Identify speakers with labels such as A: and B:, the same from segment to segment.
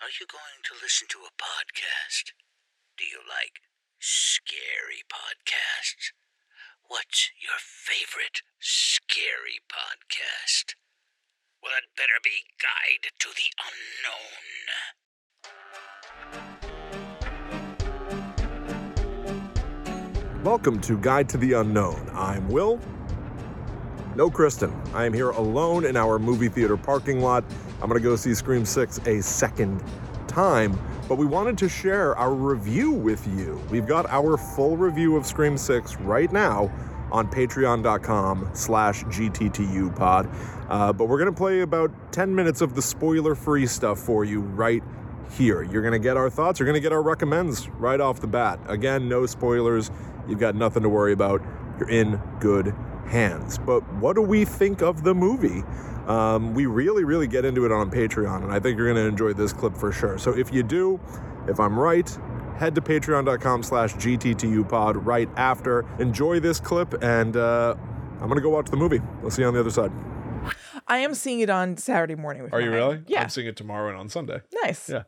A: Are you going to listen to a podcast? Do you like scary podcasts? What's your favorite scary podcast? Well, it better be Guide to the Unknown.
B: Welcome to Guide to the Unknown. I'm Will. No, Kristen. I am here alone in our movie theater parking lot. I'm going to go see Scream 6 a second time, but we wanted to share our review with you. We've got our full review of Scream 6 right now on patreon.com slash gttu pod uh, but we're going to play about 10 minutes of the spoiler free stuff for you right here. You're going to get our thoughts, you're going to get our recommends right off the bat. Again, no spoilers. You've got nothing to worry about. You're in good hands. But what do we think of the movie? Um, we really, really get into it on Patreon, and I think you're going to enjoy this clip for sure. So if you do, if I'm right, head to patreon.com slash gttupod right after. Enjoy this clip, and uh, I'm going to go watch the movie. We'll see you on the other side.
C: I am seeing it on Saturday morning. With
D: Are you
C: mine.
D: really?
C: Yeah.
D: I'm seeing it tomorrow and on Sunday.
C: nice.
D: Yeah.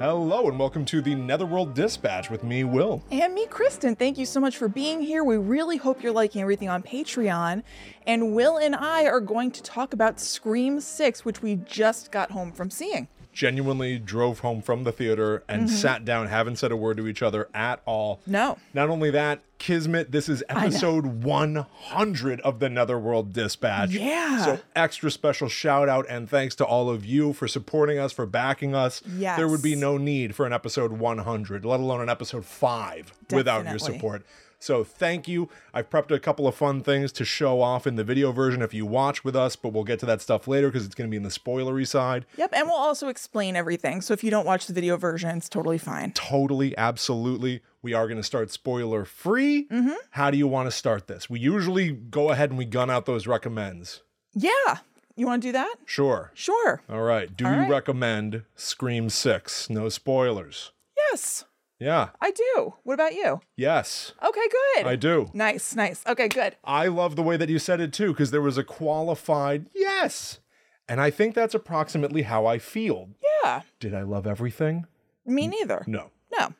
D: Hello and welcome to the Netherworld Dispatch with me, Will.
C: And me, Kristen, thank you so much for being here. We really hope you're liking everything on Patreon. And Will and I are going to talk about Scream 6, which we just got home from seeing.
D: Genuinely drove home from the theater and sat down, haven't said a word to each other at all.
C: Mm-hmm. No.
D: Not only that, Kismet, this is episode 100 of the Netherworld Dispatch.
C: Yeah.
D: So, extra special shout out and thanks to all of you for supporting us, for backing us. There would be
C: Yes.
D: no need for an episode 100, let alone an episode 5 without your
C: Definitely.
D: support. So, thank you. I've prepped a couple of fun things to show off in the video version if you watch with us, but we'll get to that stuff later because it's going to be in the spoilery side.
C: Yep. And we'll also explain everything. So if you don't watch the video version, it's totally fine.
D: totally absolutely we are going to start spoiler free how do you want to start this we usually go ahead and we gun out those recommends
C: Yeah. You want to do that?
D: sure
C: Sure.
D: all right do you
C: right.
D: recommend scream 6 no spoilers
C: Yes,
D: yeah
C: I do. What about you?
D: yes
C: Okay, good.
D: i do
C: Nice, nice. Okay, good.
D: i love the way that you said it too because there was a qualified yes and i think that's approximately how i feel
C: Yeah.
D: did i love everything
C: Me
D: Mm.
C: neither.
D: no
C: No.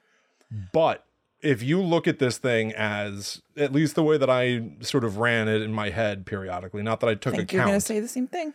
D: But if you look at this thing as at least the way that I sort of ran it in my head periodically, not that I took
C: I think you're going to
D: account,
C: say the same thing.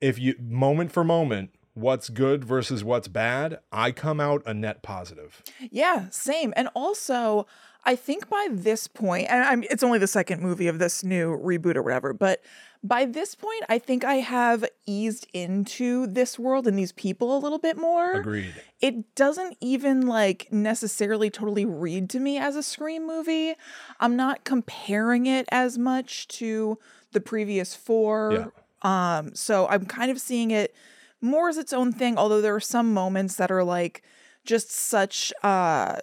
D: if you moment for moment, what's good versus what's bad, I come out a net positive.
C: Yeah, same. And also, I think by this point, and I'm, it's only the second movie of this new reboot or whatever, but by this point, I think I have eased into this world and these people a little bit more.
D: Agreed.
C: It doesn't even like necessarily totally read to me as a Scream movie. I'm not comparing it as much to the previous four.
D: Yeah.
C: Um, so I'm kind of seeing it more as its own thing, although there are some moments that are like just such uh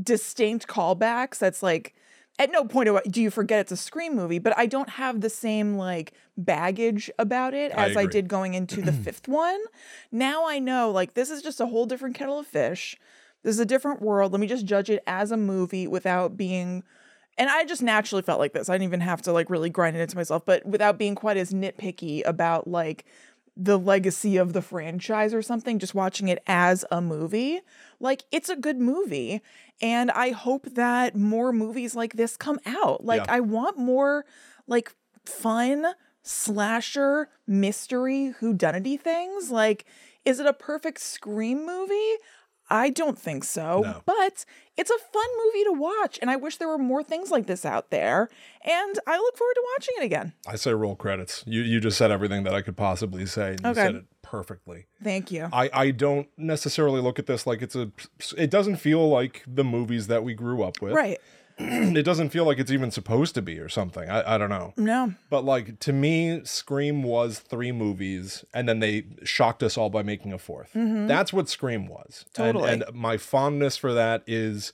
C: distinct callbacks that's like at no point do you forget it's a scream movie, but I don't have the same like baggage about it
D: I
C: as I,
D: agree.
C: did going into the fifth one. Now I know like this is just a whole different kettle of fish. This is a different world. Let me just judge it as a movie without being and I just naturally felt like this. I didn't even have to like really grind it into myself, but without being quite as nitpicky about like the legacy of the franchise or something, just watching it as a movie. Like it's a good movie. And I hope that more movies like this come out. Like
D: Yeah.
C: I want more like fun slasher mystery whodunity things. Like, is it a perfect scream movie? I don't think so,
D: No.
C: but it's a fun movie to watch, and I wish there were more things like this out there. And I look forward to watching it again.
D: I say roll credits. You you just said everything that I could possibly say. And You
C: Okay.
D: said it perfectly.
C: Thank you.
D: I, I don't necessarily look at this like it's a it doesn't feel like the movies that we grew up with.
C: right?
D: It doesn't feel like it's even supposed to be or something. I, I don't know.
C: No,
D: But like to me, Scream was three movies, and then they shocked us all by making a 4th That's what Scream was. And-
C: Totally.
D: And, my fondness for that is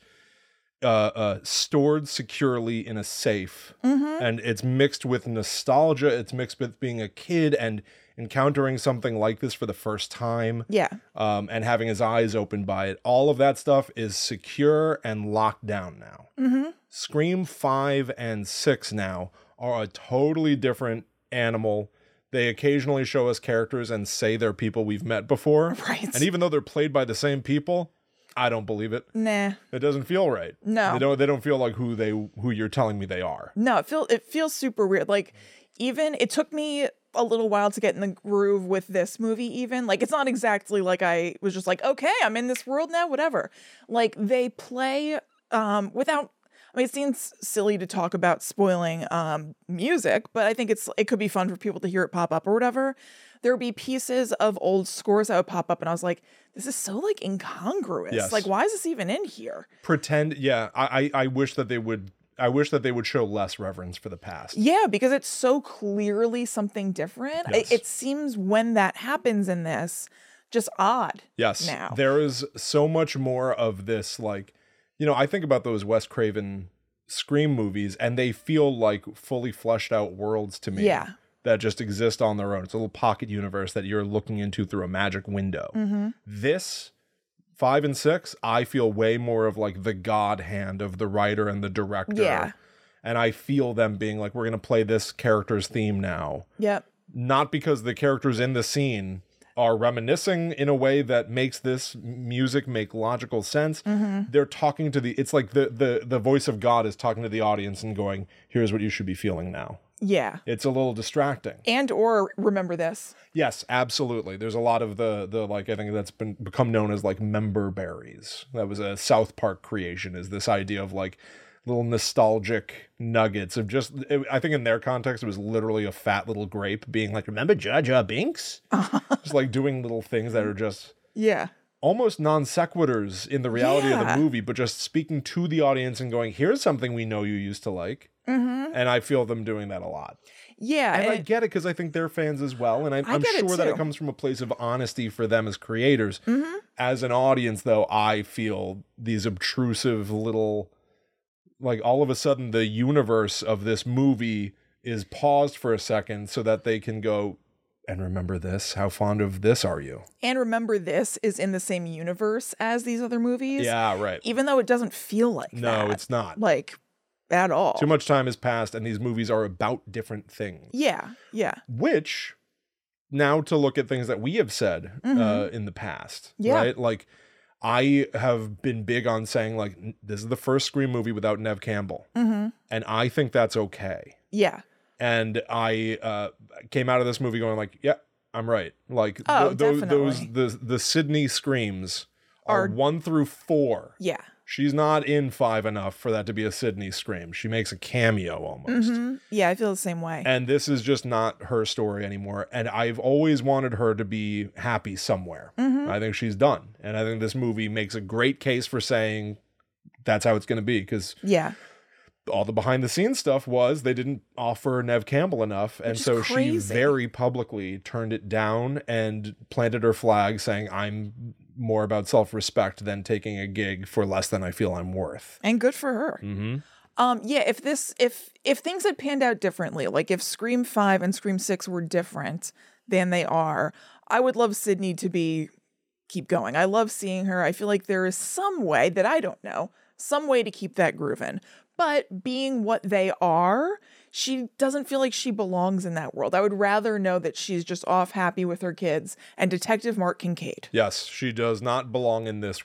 D: uh, uh, stored securely in a safe, and it's mixed with nostalgia. It's mixed with being a kid and encountering something like this for the first time.
C: yeah,
D: Um, and having his eyes opened by it. All of that stuff is secure and locked down now.
C: Mm-hmm.
D: Scream 5 and 6 now are a totally different animal. They occasionally show us characters and say they're people we've met before.
C: Right.
D: And even though they're played by the same people, I don't believe it.
C: nah.
D: It doesn't feel right.
C: No.
D: They don't they don't feel like who they who you're telling me they are.
C: No, it feels it feels super weird. Like even it took me a little while to get in the groove with this movie even. Like it's not exactly like I was just like, "Okay, I'm in this world now, whatever." Like they play um without I mean, it seems silly to talk about spoiling um, music, but I think it's it could be fun for people to hear it pop up or whatever. There would be pieces of old scores that would pop up, and I was like, "This is so like incongruous.
D: Yes.
C: Like, why is this even in here?"
D: Pretend yeah, I, I I wish that they would I wish that they would show less reverence for the past.
C: Yeah, because it's so clearly something different. I-
D: Yes.
C: It, seems when that happens in this, just odd.
D: Yes.
C: now.
D: There is so much more of this, like, you know, I think about those Wes Craven Scream movies, and they feel like fully fleshed out worlds to me.
C: Yeah.
D: That just exist on their own. It's a little pocket universe that you're looking into through a magic window.
C: Mm-hmm.
D: This five and six, I feel way more of like the god hand of the writer and the director.
C: Yeah.
D: And I feel them being like, we're gonna play this character's theme now
C: Yep.
D: not because the characters in the scene are reminiscing in a way that makes this m- music make logical sense. They're talking to the it's like the the the voice of God is talking to the audience and going, "Here's what you should be feeling now."
C: Yeah.
D: It's a little distracting.
C: And or remember this.
D: Yes, absolutely. There's a lot of the the like I think that's been become known as like member berries. That was a South Park creation is this idea of like little nostalgic nuggets of just I think in their context it was literally a fat little grape being like remember Jaja Binks? just like doing little things that are just
C: Yeah.
D: almost non sequiturs in the reality of
C: Yeah.
D: the movie but just speaking to the audience and going here's something we know you used to like. And I feel them doing that a lot.
C: Mm-hmm. Yeah.
D: And I
C: and-
D: get it because I think they're fans as well, and I, I'm
C: get it
D: sure that it
C: too.
D: comes from a place of honesty for them as creators.
C: mm-hmm.
D: As an audience, though, I feel these obtrusive little, like all of a sudden, the universe of this movie is paused for a second so that they can go and remember this. How fond of this are you?
C: and remember this is in the same universe as these other movies.
D: Yeah, right.
C: Even though it doesn't feel like
D: No,
C: that,
D: it's not.
C: like at all.
D: Too much time has passed, and these movies are about different things.
C: Yeah. Yeah.
D: which now to look at things that we have said uh, in the past
C: Mm-hmm. Yeah.
D: right like i have been big on saying like n- this is the first scream movie without nev campbell and i think that's okay
C: Mm-hmm. Yeah.
D: and i uh, came out of this movie going like yeah i'm right like th-
C: Oh,
D: tho- those
C: definitely.
D: the the sydney screams are
C: Are-
D: one through four
C: Yeah.
D: she's not in five enough for that to be a sydney scream she makes a cameo almost
C: Mhm. Yeah. I feel the same way.
D: and this is just not her story anymore and i've always wanted her to be happy somewhere
C: Mm-hmm.
D: i think she's done and i think this movie makes a great case for saying that's how it's going to be because
C: yeah.
D: all the behind the scenes stuff was they didn't offer nev campbell enough and
C: Which is
D: so she
C: crazy.
D: very publicly turned it down and planted her flag saying i'm more about self-respect than taking a gig for less than i feel i'm worth
C: And good for her.
D: mm-hmm.
C: Um, yeah, if this if if things had panned out differently, like if Scream Five and Scream Six were different than they are, I would love Sydney to be keep going. I love seeing her. I feel like there is some way that I don't know, some way to keep that grooving. But being what they are, she doesn't feel like she belongs in that world. I would rather know that she's just off happy with her kids and Detective Mark Kincaid.
D: Yes, she does not belong in this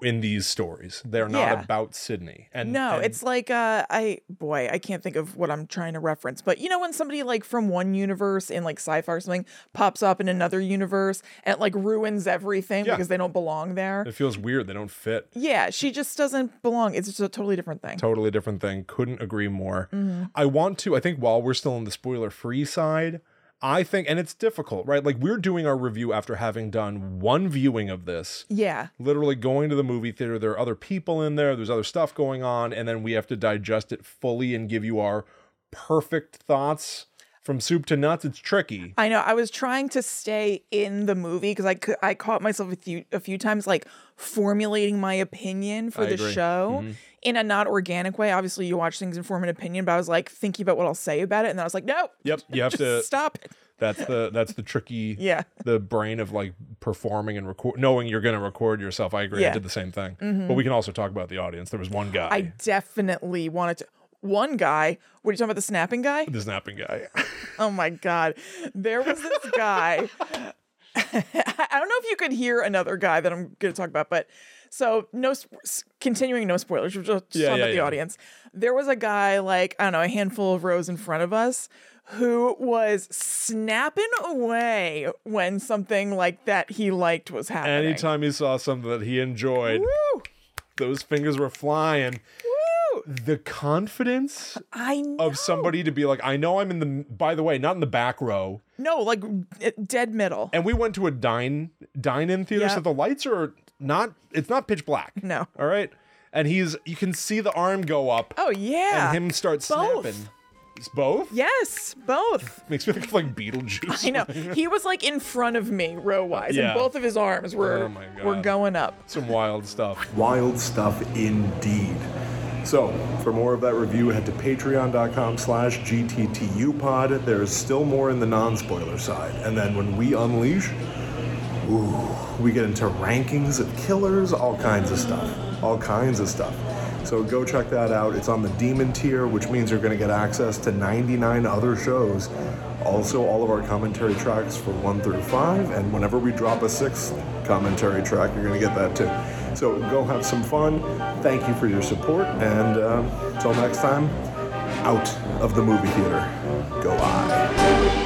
D: in these stories. They're not
C: Yeah.
D: about Sydney. And
C: No,
D: and-
C: it's like uh I boy, I can't think of what I'm trying to reference, but you know when somebody like from one universe in like sci-fi or something pops up in another universe and it, like ruins everything
D: Yeah.
C: because they don't belong there.
D: it feels weird. They don't fit.
C: yeah, she just doesn't belong. It's just a totally different thing.
D: Totally different thing. Couldn't agree more.
C: Mm-hmm.
D: I want to. I think while we're still on the spoiler free side, I think, and it's difficult, right? Like we're doing our review after having done one viewing of this.
C: yeah.
D: Literally going to the movie theater. There are other people in there. There's other stuff going on, and then we have to digest it fully and give you our perfect thoughts from soup to nuts. It's tricky.
C: I know. I was trying to stay in the movie because I cou- I caught myself a few a few times like formulating my opinion for
D: I
C: the
D: agree. Mm-hmm.
C: show in a not organic way. Obviously, you watch things and form an opinion, but I was like thinking about what I'll say about it, and then I was like, no,
D: Yep, you have to
C: stop it.
D: That's the that's the tricky
C: Yeah.
D: the brain of like performing and record knowing you're gonna record yourself. I agree. I
C: Yeah. Mm-hmm.
D: did the same thing. But we can also talk about the audience. There was one guy.
C: I definitely wanted to. one guy. What are you talking about? The snapping guy?
D: The snapping guy.
C: Oh my God. There was this guy. I don't know if you could hear another guy that I'm going to talk about, but so no, sp- s- continuing, no spoilers. We're just, just
D: Yeah,
C: talking
D: yeah,
C: about the
D: yeah.
C: audience. There was a guy, like, I don't know, a handful of rows in front of us who was snapping away when something like that he liked was happening.
D: Anytime he saw something that he enjoyed,
C: Woo!
D: those fingers were flying.
C: Woo!
D: The confidence
C: I know.
D: of somebody to be like, I know I'm in the, by the way, not in the back row.
C: no, like uh, dead middle.
D: And we went to a dine, dine in theater, so
C: Yeah.
D: the lights are not, it's not pitch black.
C: No.
D: All right. And he's, you can see the arm go up
C: Oh, yeah.
D: and him start
C: Both.
D: snapping. It's both?
C: yes, both.
D: Makes me think of like Beetlejuice.
C: I know. He was like in front of me, row wise,
D: Yeah.
C: and both of his arms were
D: Oh my
C: were
D: God.
C: going up.
D: Some wild stuff.
B: Wild stuff indeed. So, for more of that review, head to patreon.com slash gttupod. There is still more in the non-spoiler side. And then when we unleash, ooh, we get into rankings of killers, all kinds of stuff. All kinds of stuff. So go check that out. It's on the demon tier, which means you're going to get access to 99 other shows. Also, all of our commentary tracks for 1 through 5, and whenever we drop a sixth commentary track, you're going to get that too. So go have some fun. Thank you for your support, and uh, until next time, out of the movie theater, go I.